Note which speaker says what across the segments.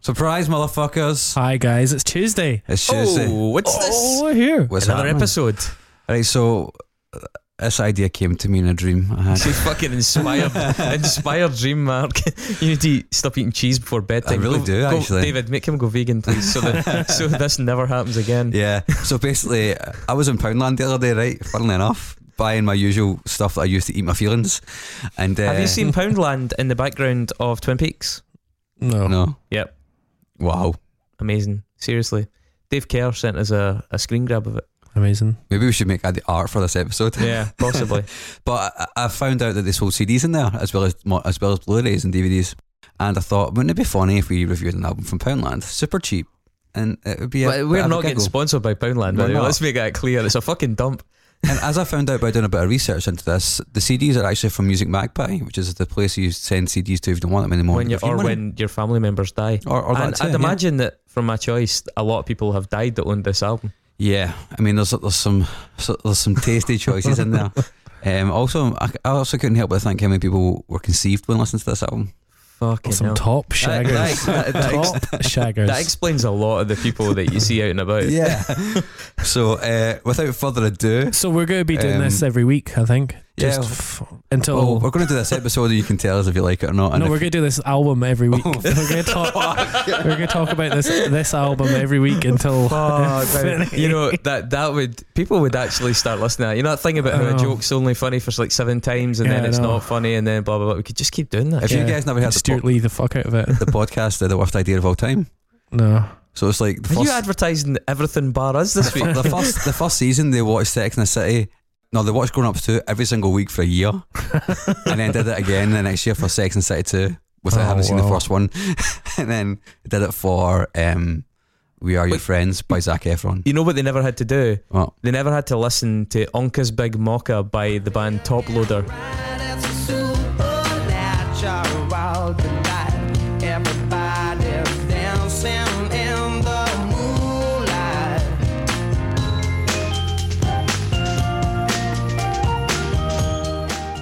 Speaker 1: Surprise, motherfuckers.
Speaker 2: Hi guys, it's Tuesday.
Speaker 1: It's Tuesday.
Speaker 3: Oh, what's
Speaker 2: Oh,
Speaker 3: this?
Speaker 2: we're here.
Speaker 1: What's
Speaker 3: Another
Speaker 1: happening?
Speaker 3: episode.
Speaker 1: Right, so uh, this idea came to me in a dream Uh-huh. I had.
Speaker 3: You fucking inspired, inspired dream, Mark. You need to stop eating cheese before bedtime.
Speaker 1: really
Speaker 3: Go-
Speaker 1: do,
Speaker 3: go-
Speaker 1: actually.
Speaker 3: David, make him go vegan, please, so that so this never happens again.
Speaker 1: Yeah. So basically, I was in Poundland the other day, right? Funnily enough, buying my usual stuff that I used to eat my feelings. And uh,
Speaker 3: Have you seen Poundland in the background of Twin Peaks?
Speaker 2: No.
Speaker 1: No.
Speaker 3: Yep,
Speaker 1: Wow.
Speaker 3: amazing. Seriously, Dave Kerr sent us a, a screen grab of it.
Speaker 2: Amazing.
Speaker 1: Maybe we should make the art for this episode.
Speaker 3: Yeah, possibly.
Speaker 1: But I, I found out that they sold CDs in there as well as mo- as well as Blu-rays and DVDs. And I thought, wouldn't it be funny if we reviewed an album from Poundland, super cheap, and it would be. A,
Speaker 3: but we're
Speaker 1: a
Speaker 3: not getting
Speaker 1: giggle.
Speaker 3: sponsored by Poundland.
Speaker 1: We're
Speaker 3: By the way.
Speaker 1: not.
Speaker 3: Let's make that clear. It's a fucking dump.
Speaker 1: And as I found out by doing a bit of research into this, the CDs are actually from Music Magpie, which is the place you send CDs to if you don't want them anymore.
Speaker 3: when you,
Speaker 1: If
Speaker 3: or
Speaker 1: want-
Speaker 3: when your family members die.
Speaker 1: Or- or
Speaker 3: and
Speaker 1: that too,
Speaker 3: I'd
Speaker 1: yeah.
Speaker 3: imagine that from my choice, a lot of people have died that owned this album.
Speaker 1: Yeah, I mean, there's there's some so- there's some tasty choices in there. Um, also, I, I also couldn't help but think how many people were conceived when listening to this album.
Speaker 3: Fucking
Speaker 2: Some
Speaker 3: hell.
Speaker 2: top
Speaker 3: That-
Speaker 2: shaggers.
Speaker 3: that- that ex-
Speaker 2: top shaggers.
Speaker 3: That explains a lot of the people that you see out and about.
Speaker 1: Yeah. so, uh, without further ado,
Speaker 2: so we're going to be doing
Speaker 1: Um,
Speaker 2: this every week, I think.
Speaker 1: yeah. Oh,
Speaker 2: Just f- until.
Speaker 1: well, we're going to do this episode, and you can tell us if you like it or not. And
Speaker 2: no,
Speaker 1: if-
Speaker 2: we're going to do this album every week.
Speaker 1: Oh.
Speaker 2: we're going to talk. we're going to talk about this this album every week until. infinity.
Speaker 3: you know that that would people would actually start listening. To that. You know that thing about how
Speaker 2: I
Speaker 3: a
Speaker 2: know.
Speaker 3: joke's only funny for like seven times and
Speaker 2: Yeah,
Speaker 3: then
Speaker 2: I
Speaker 3: it's
Speaker 2: know.
Speaker 3: not funny and then blah blah blah. We could just keep doing that.
Speaker 1: if you
Speaker 2: Yeah.
Speaker 1: guys never
Speaker 2: And
Speaker 1: heard the,
Speaker 2: Stuart
Speaker 1: po-
Speaker 2: Lee the fuck out of it.
Speaker 1: the podcast, they're the worst idea of all time.
Speaker 2: No.
Speaker 1: So it's like the
Speaker 3: Are
Speaker 1: first,
Speaker 3: you advertising everything bar us this week?
Speaker 1: the first the first season they watched Sex and the City. No, they watched Grown Ups 2 every single week for a year and then did it again the next year for Sex and the City 2 without
Speaker 2: Oh,
Speaker 1: having seen the
Speaker 2: wow.
Speaker 1: first one. and then did it for um, We Are Your
Speaker 3: Wait.
Speaker 1: Friends by Zach Efron.
Speaker 3: you know what they never had to do?
Speaker 1: What?
Speaker 3: They never had to listen to Onka's Big Mocha by the band Top Loader.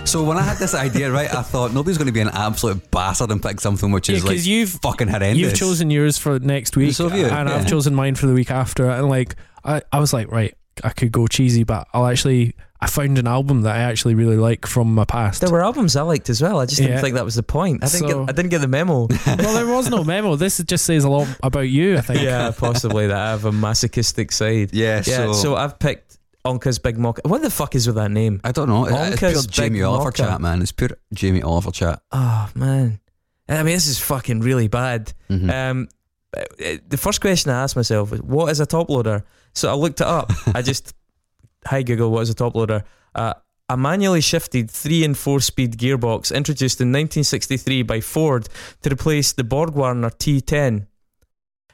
Speaker 1: So when I had this idea, right, I thought nobody's going to be an absolute bastard and pick something which is
Speaker 2: Yeah, 'cause
Speaker 1: like
Speaker 2: you've-
Speaker 1: fucking horrendous.
Speaker 2: You've chosen yours for next week,
Speaker 1: So have you,
Speaker 2: and
Speaker 1: yeah.
Speaker 2: I've chosen mine for the week after. And like, I, I was like, right, I could go cheesy, but I'll actually, I found an album that I actually really like from my past.
Speaker 3: There were albums I liked as well. I just didn't
Speaker 2: Yeah.
Speaker 3: think that was the point. I didn't
Speaker 2: So-
Speaker 3: get I didn't get the memo.
Speaker 2: well, there was no memo. This just says a lot about you, I think.
Speaker 3: yeah, possibly that I have a masochistic side.
Speaker 1: Yeah,
Speaker 3: Yeah,
Speaker 1: so,
Speaker 3: so, I've picked Onka's Big Mocha. What the fuck is with that name?
Speaker 1: I don't know. it- It's
Speaker 3: Bonkers
Speaker 1: pure
Speaker 3: Big
Speaker 1: Jamie Oliver
Speaker 3: Mocker.
Speaker 1: chat, man. It's pure Jamie Oliver chat.
Speaker 3: Oh man, I mean this is fucking really bad.
Speaker 1: Mhm.
Speaker 3: Um, uh, uh, the first question I asked myself was, "What is a top loader?" So I looked it up. I just, hi Google, what is a top loader? Uh, a manually shifted three and four speed gearbox introduced in 1963 by Ford to replace the Borgwarner T10.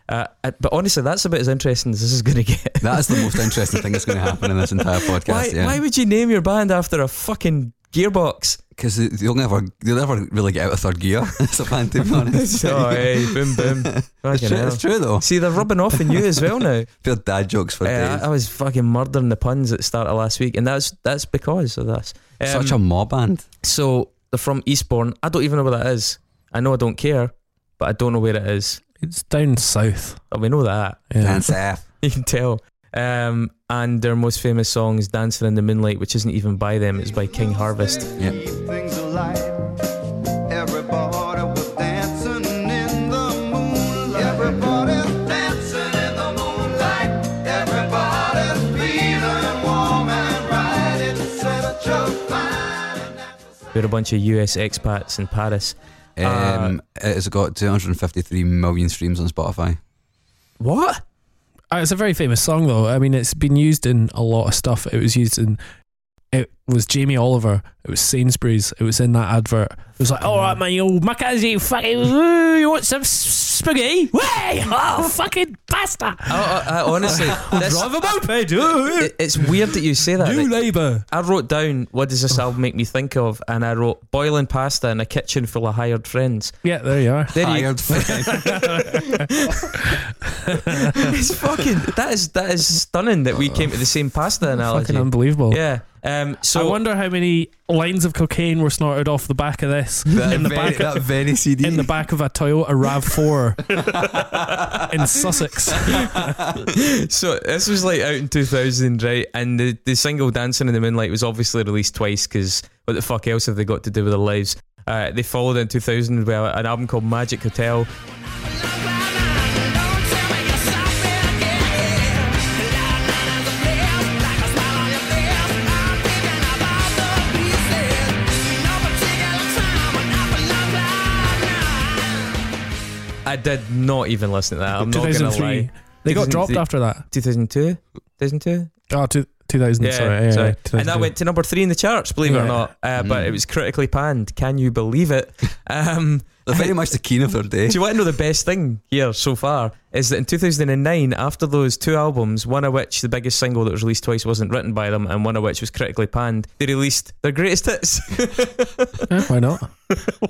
Speaker 3: Uh, uh, but honestly, that's about as interesting as this is going to get.
Speaker 1: That is the most interesting thing that's going to happen in this entire podcast.
Speaker 3: Why,
Speaker 1: yeah.
Speaker 3: why would you name your band after a fucking gearbox?
Speaker 1: because they'll never they'll never really get out of third gear. It's a fan to be honest.
Speaker 3: oh, hey, boom, boom.
Speaker 1: It's
Speaker 3: Fucking
Speaker 1: true,
Speaker 3: hell.
Speaker 1: it's true though.
Speaker 3: See, they're rubbing off on you as well now.
Speaker 1: Pure dad jokes for
Speaker 3: Eh,
Speaker 1: days.
Speaker 3: I, I was fucking murdering the puns at the start of last week, and that's that's because of this. Um,
Speaker 1: Such a mob band.
Speaker 3: so they're from Eastbourne. I don't even know where that is. I know I don't care, but I don't know where it is.
Speaker 2: It's down south.
Speaker 3: Oh, we know that.
Speaker 2: Yeah.
Speaker 1: Dance F.
Speaker 3: You can tell. Um, and their most famous song is "Dancing in the Moonlight," which isn't even by them. It's by King Harvest.
Speaker 1: Yeah.
Speaker 4: Keep things alive. Everybody was dancing in the moonlight. Everybody's dancing in the moonlight. Everybody's feeling warm and right. It's such a fine.
Speaker 3: They're a bunch of U.S. expats in Paris.
Speaker 2: Uh,
Speaker 1: Um, it has got 253 million streams on Spotify.
Speaker 3: What?
Speaker 2: Uh, It's a very famous song, though. I mean, it's been used in a lot of stuff. It was used in. It was Jamie Oliver. It was Sainsbury's. It was in that advert. It was like, all right, man, you old muckers, you fucking. Ooh, you want some s- spaghetti? Way! Oh, fucking pasta!
Speaker 3: I, I, I honestly, that's,
Speaker 2: Ooh,
Speaker 3: it- uh, it's weird that you say that.
Speaker 2: New
Speaker 3: Like,
Speaker 2: Labour.
Speaker 3: I wrote down what does this album make me think of, and I wrote boiling pasta in a kitchen full of hired friends.
Speaker 2: Yeah, there you are.
Speaker 3: There you,
Speaker 1: Hired friend.
Speaker 3: it's fucking that is that is stunning that we came to the same pasta analogy.
Speaker 2: Fucking unbelievable.
Speaker 3: Yeah. Um.
Speaker 2: I
Speaker 3: So
Speaker 2: wonder how many lines of cocaine were snorted off the back of this
Speaker 1: that,
Speaker 2: in the
Speaker 1: very,
Speaker 2: back
Speaker 1: that
Speaker 2: of,
Speaker 1: very CD.
Speaker 2: in the back of a Toyota Rav4 in Sussex.
Speaker 3: so this was like out in 2000, right? And the, the single "Dancing in the Moonlight" was obviously released twice because what the fuck else have they got to do with their lives? Uh, they followed in 2000 with uh, an album called Magic Hotel. I did not even listen to that. I'm not gonna
Speaker 2: 2003.
Speaker 3: lie.
Speaker 2: They got dropped
Speaker 3: 2003.
Speaker 2: after that.
Speaker 3: 2002, 2002.
Speaker 2: Oh, two, 2000,
Speaker 3: Yeah,
Speaker 2: sorry. Yeah, yeah,
Speaker 3: sorry. and that
Speaker 2: 2002.
Speaker 3: went to number three in the charts, believe it or
Speaker 2: Yeah.
Speaker 3: not. Uh, But
Speaker 1: Mm.
Speaker 3: it was critically panned. Can you believe it? Um,
Speaker 1: They're very much the keen of their day.
Speaker 3: do you want to know the best thing here so far? Is that in 2009, after those two albums, one of which the biggest single that was released twice wasn't written by them, and one of which was critically panned, they released their greatest hits.
Speaker 2: Eh, Why not?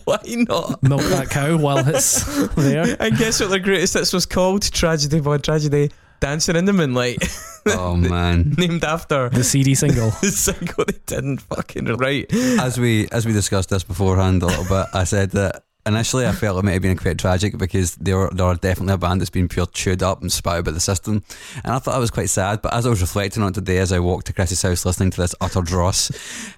Speaker 3: Why not?
Speaker 2: Milk that cow while it's there.
Speaker 3: And guess what their greatest hits was called? Tragedy Boy Tragedy, Dancing in the Moonlight,
Speaker 1: Oh man.
Speaker 3: named after
Speaker 2: The CD single.
Speaker 3: the single they didn't fucking write.
Speaker 1: As we as we discussed this beforehand a little bit, I said that initially I felt it may have been quite tragic because they were they are definitely a band that's been pure chewed up and spat out by the system. And I thought that was quite sad. But as I was reflecting on it today as I walked to Chris's house listening to this utter dross,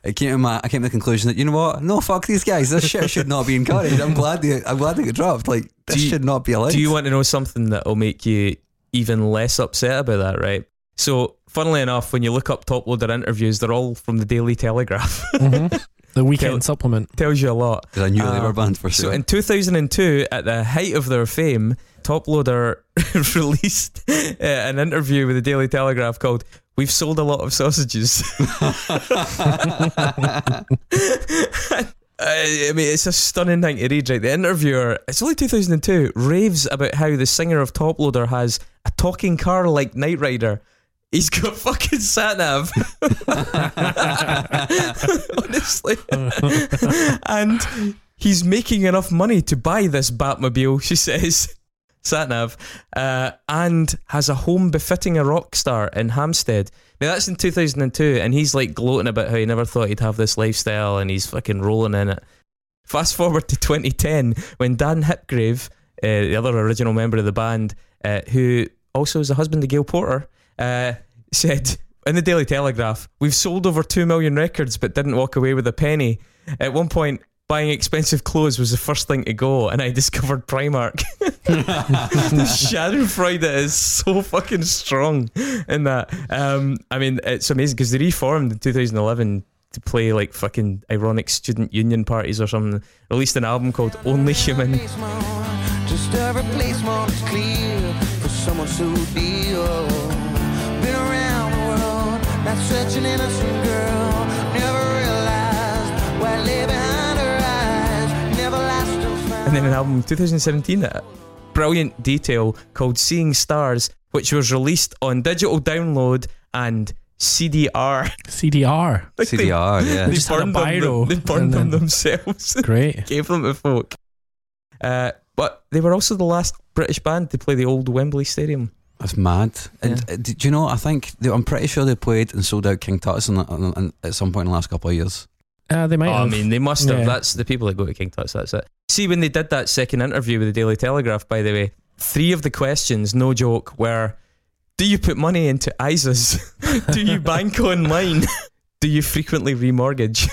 Speaker 1: it came to my I came to the conclusion that, you know what? No fuck these guys. This shit should not be encouraged. I'm glad they I'm glad they got dropped. Like this
Speaker 3: Do you-
Speaker 1: should not be allowed.
Speaker 3: Do you want to know something that'll make you even less upset about that, right? So, funnily enough, when you look up top loader interviews, they're all from the Daily Telegraph.
Speaker 2: Mhm. The weekend
Speaker 3: Tell-
Speaker 2: supplement.
Speaker 3: Tells you a lot.
Speaker 1: There's a new
Speaker 3: Um,
Speaker 1: Labour band for
Speaker 3: So,
Speaker 1: sure.
Speaker 3: in 2002, at the height of their fame, Top Loader released uh, an interview with the Daily Telegraph called We've Sold a Lot of Sausages. I I mean, it's a stunning thing to read, right? The interviewer, it's only 2002, raves about how the singer of Top Loader has a talking car like Knight Rider. He's got fucking sat nav. Honestly. and he's making enough money to buy this Batmobile, she says. Sat nav. Uh, and has a home befitting a rock star in Hampstead. Now that's in 2002, and he's like gloating about how he never thought he'd have this lifestyle, and he's fucking rolling in it. Fast forward to 2010, when Dan Hipgrave, uh, the other original member of the band, uh, who also is the husband of Gail Porter, uh, said in the Daily Telegraph, "We've sold over two million records, but didn't walk away with a penny." At one point. Buying expensive clothes was the first thing to go, and I discovered Primark. the Schadenfreude is so fucking strong in that. Um, I mean, it's amazing because they reformed in 2011 to play like fucking ironic student union parties or something. Released an album called Only Human.
Speaker 4: Just every place more is clear for someone oh. so dear. Been around the world, not such an innocent girl. Never
Speaker 3: and then an album in 2017 at Brilliant Detail called Seeing Stars, which was released on digital download and CDR.
Speaker 2: CDR.
Speaker 3: Like they-
Speaker 1: CDR,
Speaker 3: They,
Speaker 1: yeah.
Speaker 2: Just had a
Speaker 3: burned them, them-
Speaker 2: biro
Speaker 3: they burned
Speaker 2: and
Speaker 3: them
Speaker 2: then-
Speaker 3: themselves.
Speaker 2: Great.
Speaker 3: Gave them to folk. Uh, but they were also the last British band to play the old Wembley Stadium.
Speaker 1: That's mad. And uh, did you know? I think they, I'm pretty sure they played and sold out King Tut's in, in, in- at some point in the last couple of years.
Speaker 2: Uh, they might
Speaker 3: Oh, I
Speaker 2: have.
Speaker 3: mean, they must have.
Speaker 2: Yeah.
Speaker 3: That's the people that go to King Tut's. That's it. See, when they did that second interview with the Daily Telegraph, by the way, three of the questions, no joke, were: Do you put money into ISAs? Do you bank online? Do you frequently remortgage?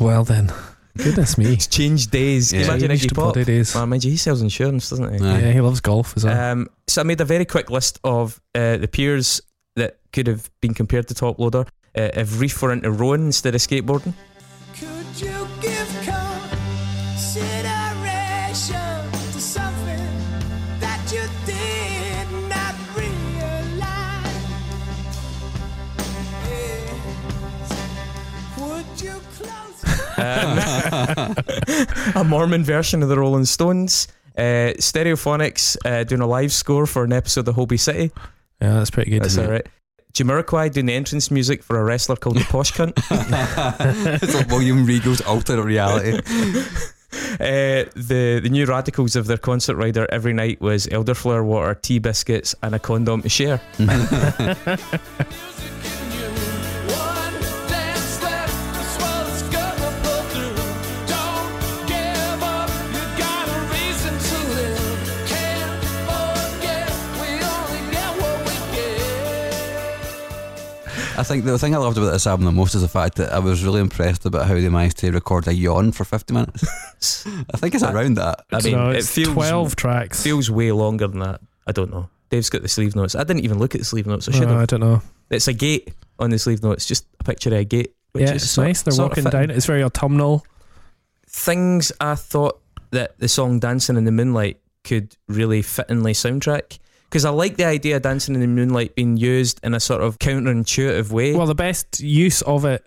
Speaker 2: well then. Goodness me.
Speaker 3: Change days.
Speaker 1: Yeah.
Speaker 3: Imagine
Speaker 2: Changed
Speaker 3: Iggy Pop.
Speaker 2: what it is.
Speaker 3: Oh, mind you, he sells insurance, doesn't he?
Speaker 1: Aye.
Speaker 2: Yeah, he loves golf as well.
Speaker 3: Um, so I made a very quick list of uh, the peers that could have been compared to Top Loader uh, if Reef were into rowing instead of skateboarding.
Speaker 5: Could you give consideration to something that you did not realize? Yeah. Would you close?
Speaker 3: A Mormon version of the Rolling Stones. Uh, Stereophonics uh, doing a live score for an episode of Hobie City.
Speaker 2: yeah, that's pretty good.
Speaker 3: That's
Speaker 1: Yeah.
Speaker 3: all right. Jamiroquai doing the entrance music for a wrestler called the Posh Cunt.
Speaker 1: it's like William Regal's alternate reality.
Speaker 3: Uh, the the new radicals of their concert rider every night was elderflower water, tea biscuits, and a condom to share.
Speaker 1: I think the thing I loved about this album the most is the fact that I was really impressed about how they managed to record a yawn for 50 minutes. I think it's around that.
Speaker 3: I mean,
Speaker 2: So
Speaker 3: it
Speaker 2: it's
Speaker 3: feels
Speaker 2: 12 tracks.
Speaker 3: feels way longer than that. I don't know. Dave's got the sleeve notes. I didn't even look at the sleeve notes. I
Speaker 2: Oh,
Speaker 3: should have.
Speaker 2: I don't know.
Speaker 3: It's a gate on the sleeve notes, just a picture of a gate. Which
Speaker 2: yeah,
Speaker 3: is
Speaker 2: it's
Speaker 3: sort-
Speaker 2: nice. They're
Speaker 3: sort of
Speaker 2: walking
Speaker 3: fitting.
Speaker 2: down. It's very autumnal.
Speaker 3: Things I thought that the song "Dancing in the Moonlight" could really fittingly soundtrack because I like the idea of "Dancing in the Moonlight" being used in a sort of counterintuitive way.
Speaker 2: Well, the best use of it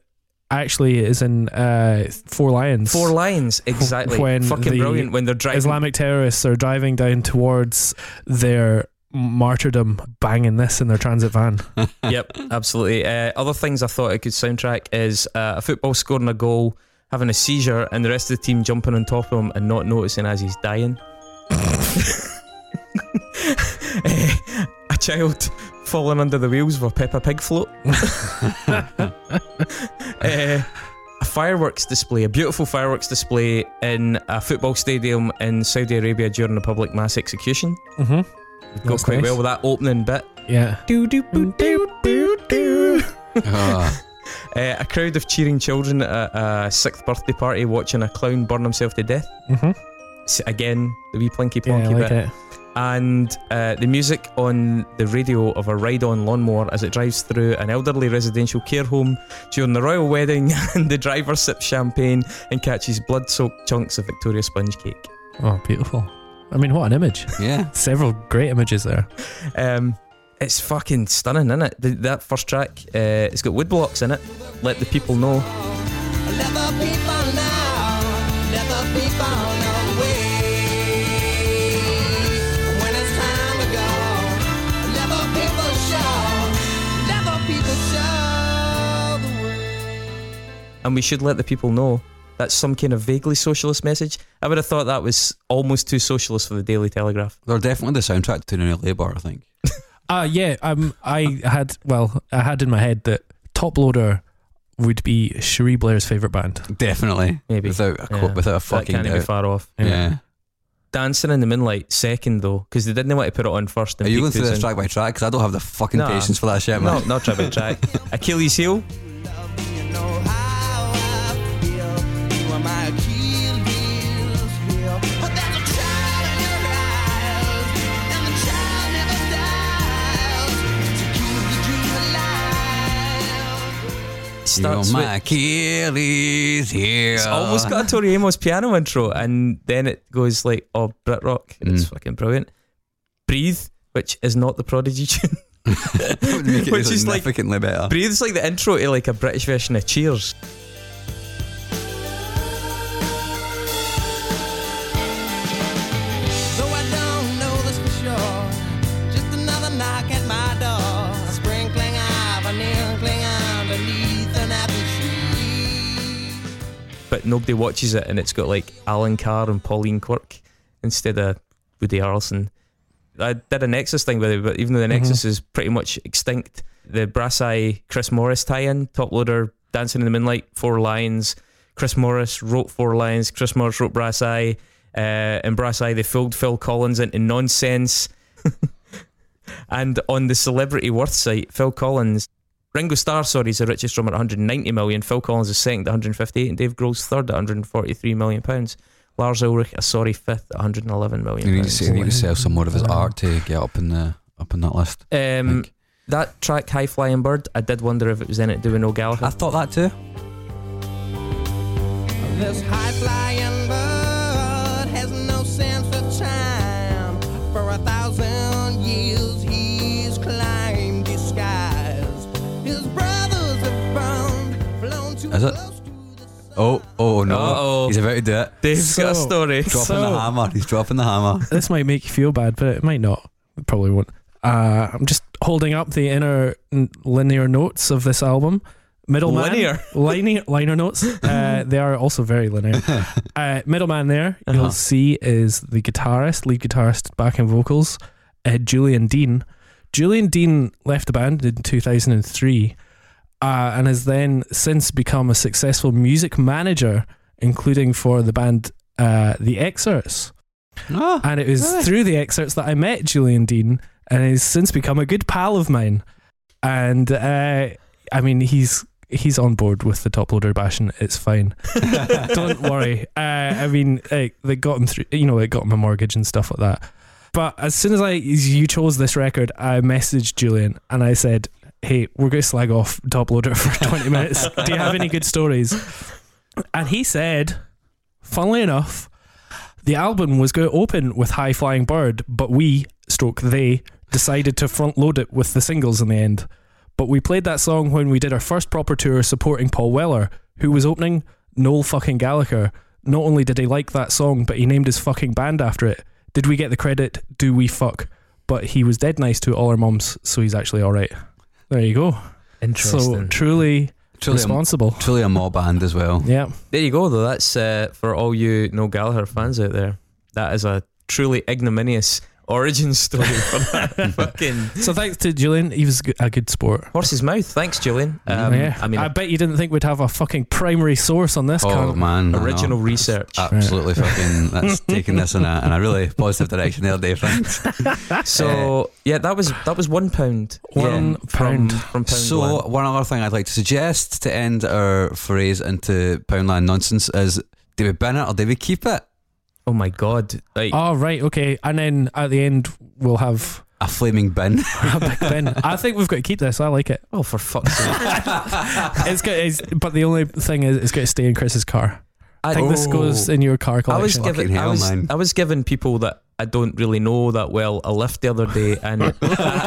Speaker 2: actually is in uh, Four Lions.
Speaker 3: Four lines exactly.
Speaker 2: When
Speaker 3: Fucking
Speaker 2: the
Speaker 3: brilliant when they're driving.
Speaker 2: Islamic terrorists are driving down towards their martyrdom, banging this in their transit van.
Speaker 3: yep, absolutely. Uh, other things I thought it could soundtrack is uh, a football scoring a goal, having a seizure, and the rest of the team jumping on top of him and not noticing as he's dying. Eh, a child falling under the wheels of a Peppa Pig float. Eh, a fireworks display, a beautiful fireworks display in a football stadium in Saudi Arabia during a public mass execution.
Speaker 2: Mm-hmm.
Speaker 3: Got quite well with that opening bit.
Speaker 2: Yeah.
Speaker 3: Do, do, boo, do, do, do.
Speaker 1: Ah,
Speaker 3: Uh, a crowd of cheering children at a sixth birthday party watching a clown burn himself to death.
Speaker 2: Mm-hmm.
Speaker 3: S- Again, the wee plinky
Speaker 2: Yeah, I
Speaker 3: plonky
Speaker 2: like
Speaker 3: bit.
Speaker 2: it.
Speaker 3: And uh, the music on the radio of a ride on lawnmower as it drives through an elderly residential care home during the royal wedding, and the driver sips champagne and catches blood soaked chunks of Victoria sponge cake.
Speaker 2: Oh, beautiful. I mean, what an image.
Speaker 1: yeah.
Speaker 2: Several great images there.
Speaker 3: Um, it's fucking stunning, isn't it? that first track, uh, it's got wood blocks in it. Let the people know.
Speaker 5: Never people now, never people no way. When it's time to go, never people show, never people show the way.
Speaker 3: and we should let the people know that's some kind of vaguely socialist message. I would have thought that was almost too socialist for the Daily Telegraph.
Speaker 1: They're definitely the soundtrack to the new Labour, I think.
Speaker 2: Uh, yeah, um, I had, well, I had in my head that Top Loader would be Cherie Blair's favourite band.
Speaker 1: Definitely.
Speaker 3: Maybe.
Speaker 1: Without a,
Speaker 3: Yeah.
Speaker 1: co- without a
Speaker 3: That
Speaker 1: fucking
Speaker 3: can't be
Speaker 1: doubt.
Speaker 3: far off.
Speaker 1: Yeah.
Speaker 3: Dancing in the Moonlight, second though, because they didn't want to put it on first. And
Speaker 1: Are you going
Speaker 3: peak
Speaker 1: through
Speaker 3: too
Speaker 1: this
Speaker 3: soon.
Speaker 1: track by track? Because I don't have the fucking
Speaker 3: Nah.
Speaker 1: patience for that shit, man.
Speaker 3: No, not track by track. Achilles heel.
Speaker 5: You know how I feel. You are my Achilles heel. But there's a child in your eyes, and the child never dies. To keep the dream alive.
Speaker 1: You're
Speaker 3: Starts
Speaker 1: my
Speaker 3: with,
Speaker 1: Achilles here.
Speaker 3: it's almost got a Tori Amos piano intro, and then it goes like, oh, Brit Rock. It's
Speaker 1: Mm.
Speaker 3: fucking brilliant. Breathe, which is not the Prodigy tune.
Speaker 1: That would make it
Speaker 3: which is like-
Speaker 1: significantly better.
Speaker 3: Breathe's like the intro to like a British version of Cheers. but nobody watches it, and it's got like Alan Carr and Pauline Quirk instead of Woody Harrelson. I did a Nexus thing with it, but even though the Nexus is pretty much extinct, the Brass Eye Chris Morris tie-in, Top Loader, Dancing in the Moonlight, Four Lions. Chris Morris wrote Four Lions. Chris Morris wrote Brass Eye. Uh, in Brass Eye, they fooled Phil Collins into nonsense. and on the Celebrity Worth site, Phil Collins, Ringo Starr, sorry, is the richest drummer at 190 million. Phil Collins is second at 158, and Dave Grohl's third at 143 million pounds. Lars Ulrich, a sorry fifth at 111 million.
Speaker 1: You need to,
Speaker 3: pounds.
Speaker 1: see, you need to sell some more of his art to get up in the up in that list.
Speaker 3: Um,
Speaker 1: think.
Speaker 3: that track, High Flying Bird, I did wonder if it was in it doing O'Gallagher.
Speaker 1: I thought that too.
Speaker 5: This high flying bird has no sense of time. For a thousand years he's climbed the skies. His brothers have burned, flown too
Speaker 1: Is it?
Speaker 5: close to the sun.
Speaker 1: Oh, oh no.
Speaker 3: Uh-oh.
Speaker 1: He's about to do it.
Speaker 3: Dave's got a
Speaker 2: So-
Speaker 3: story.
Speaker 1: Dropping
Speaker 2: So-
Speaker 1: the hammer. He's dropping the hammer.
Speaker 2: this might make you feel bad, but it might not. It probably won't. Uh, I'm just holding up the inner n- linear notes of this album. Middleman.
Speaker 3: Linear?
Speaker 2: Linear, liner notes. Uh, they are also very linear. Uh, middleman there, you'll see, is the guitarist, lead guitarist, backing vocals, uh, Julian Dean. Julian Dean left the band in 2003 uh, and has then since become a successful music manager, including for the band uh, The Excerpts.
Speaker 1: Ah,
Speaker 2: And it was
Speaker 1: Really?
Speaker 2: through the excerpts that I met Julian Dean, and he's since become a good pal of mine. And uh, I mean, he's he's on board with the top loader bashing. It's fine. Don't worry. Uh, I mean, like, they got him through. You know, it got him a mortgage and stuff like that. But as soon as I you chose this record, I messaged Julian and I said, "Hey, we're going to slag off top loader for twenty minutes. Do you have any good stories?" And he said, funnily enough, the album was going to open with High Flying Bird, but we, stroke they, decided to front load it with the singles in the end. But we played that song when we did our first proper tour supporting Paul Weller, who was opening Noel fucking Gallagher. Not only did he like that song, but he named his fucking band after it. Did we get the credit? Do we fuck? But he was dead nice to all our mums, so he's actually alright. There you go. So
Speaker 3: Interesting.
Speaker 2: truly,
Speaker 1: truly, a,
Speaker 2: responsible.
Speaker 1: truly a mob band as well.
Speaker 2: yeah.
Speaker 3: there you go, though. That's uh, for all you No Gallagher fans out there. That is a truly ignominious origin story for that fucking
Speaker 2: So thanks to Julian, he was a good sport.
Speaker 3: horse's mouth. Thanks, Julian. Um,
Speaker 2: yeah.
Speaker 3: I mean,
Speaker 2: I bet you didn't think we'd have a fucking primary source on this.
Speaker 1: Oh
Speaker 2: cunt.
Speaker 1: man, I know.
Speaker 3: original research.
Speaker 1: Absolutely fucking. That's taking this in a, in a really positive direction there, Dave. Thanks.
Speaker 3: so yeah, that was that was one pound.
Speaker 2: One
Speaker 3: yeah, from,
Speaker 2: pound.
Speaker 3: from pound.
Speaker 1: So
Speaker 3: one.
Speaker 1: one other thing I'd like to suggest to end our forays into Poundland nonsense is: do we bin it or do we keep it?
Speaker 3: oh my god, like
Speaker 2: Oh, right, okay. And then at the end, we'll have
Speaker 1: A flaming bin.
Speaker 2: a Big Ben. I think we've got to keep this. I like it.
Speaker 3: oh for fuck's sake.
Speaker 2: It's got, it's, but the only thing is, it's got to stay in Chris's car. I think this
Speaker 1: Oh.
Speaker 2: goes in your car
Speaker 3: I was
Speaker 2: collection.
Speaker 3: giving
Speaker 1: Fucking
Speaker 3: I
Speaker 1: hell,
Speaker 3: was,
Speaker 1: man.
Speaker 3: I was giving people that I don't really know that well a lift the other day, and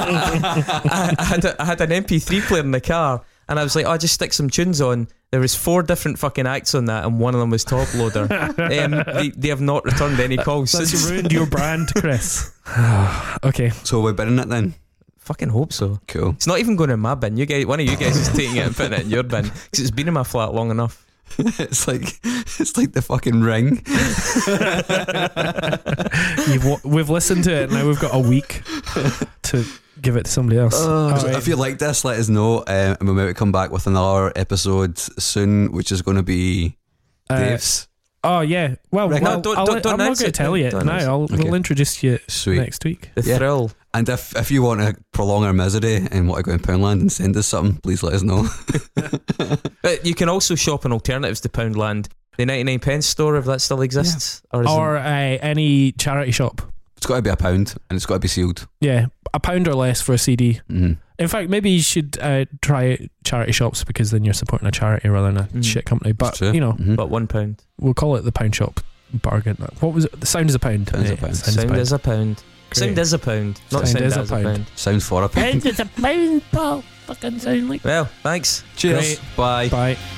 Speaker 3: I, I had a, I had an MP3 player in the car, and I was like, oh, I just stick some tunes on. There was four different fucking acts on that, and one of them was Top Loader. um, they, they have not returned any calls
Speaker 2: That's
Speaker 3: since.
Speaker 2: ruined your brand, Chris. okay.
Speaker 1: so we're binning it then.
Speaker 3: fucking hope so.
Speaker 1: Cool.
Speaker 3: It's not even going in my bin. You guys, one of you guys is taking it and putting it in your bin because it's been in my flat long enough.
Speaker 1: It's like it's like the fucking ring.
Speaker 2: You've, wa- we've listened to it. Now we've got a week to give it to somebody else.
Speaker 3: Uh,
Speaker 2: All
Speaker 1: So
Speaker 2: Oh, right.
Speaker 1: If you like this, let us know, um, and we might come back with another episode soon, which is going to be
Speaker 2: Uh,
Speaker 1: Dave's.
Speaker 2: Oh yeah. Well,
Speaker 1: Reckon-
Speaker 2: well
Speaker 3: No, don't-
Speaker 2: I'll,
Speaker 3: don't- don't
Speaker 2: I'm not
Speaker 3: announce
Speaker 2: going to
Speaker 3: it.
Speaker 2: tell you
Speaker 3: Don't
Speaker 2: now.
Speaker 3: announce it.
Speaker 2: I'll,
Speaker 1: Okay.
Speaker 2: We'll introduce you
Speaker 1: Sweet.
Speaker 2: next week.
Speaker 3: The
Speaker 1: Yeah.
Speaker 3: thrill.
Speaker 1: And if if you want to prolong our misery and want to go in Poundland and send us something, please let us know.
Speaker 3: But you can also shop on alternatives to Poundland. The 99 pence store, if that still exists. Or, is it-
Speaker 2: Or uh, any charity shop.
Speaker 1: It's got to be a pound, and it's got to be sealed.
Speaker 2: Yeah, a pound or less for a CD.
Speaker 1: Mm-hmm.
Speaker 2: In fact, maybe you should uh, try charity shops because then you're supporting a charity rather than a
Speaker 3: Mm.
Speaker 2: shit company. But you know,
Speaker 1: Mm-hmm.
Speaker 3: but one pound.
Speaker 2: we'll call it the pound shop bargain. What was it? The sound is a pound.
Speaker 1: Sound is a
Speaker 2: Yeah,
Speaker 1: pound.
Speaker 2: is a
Speaker 3: Sound
Speaker 2: pound.
Speaker 3: is a pound. Sound
Speaker 2: Great.
Speaker 3: is a pound. Not sound, is, a pound.
Speaker 1: sounds for a pound.
Speaker 2: Sound is a pound, pal. Fucking sound like.
Speaker 3: Well, thanks.
Speaker 1: Cheers.
Speaker 2: Great.
Speaker 1: Bye.
Speaker 2: Bye.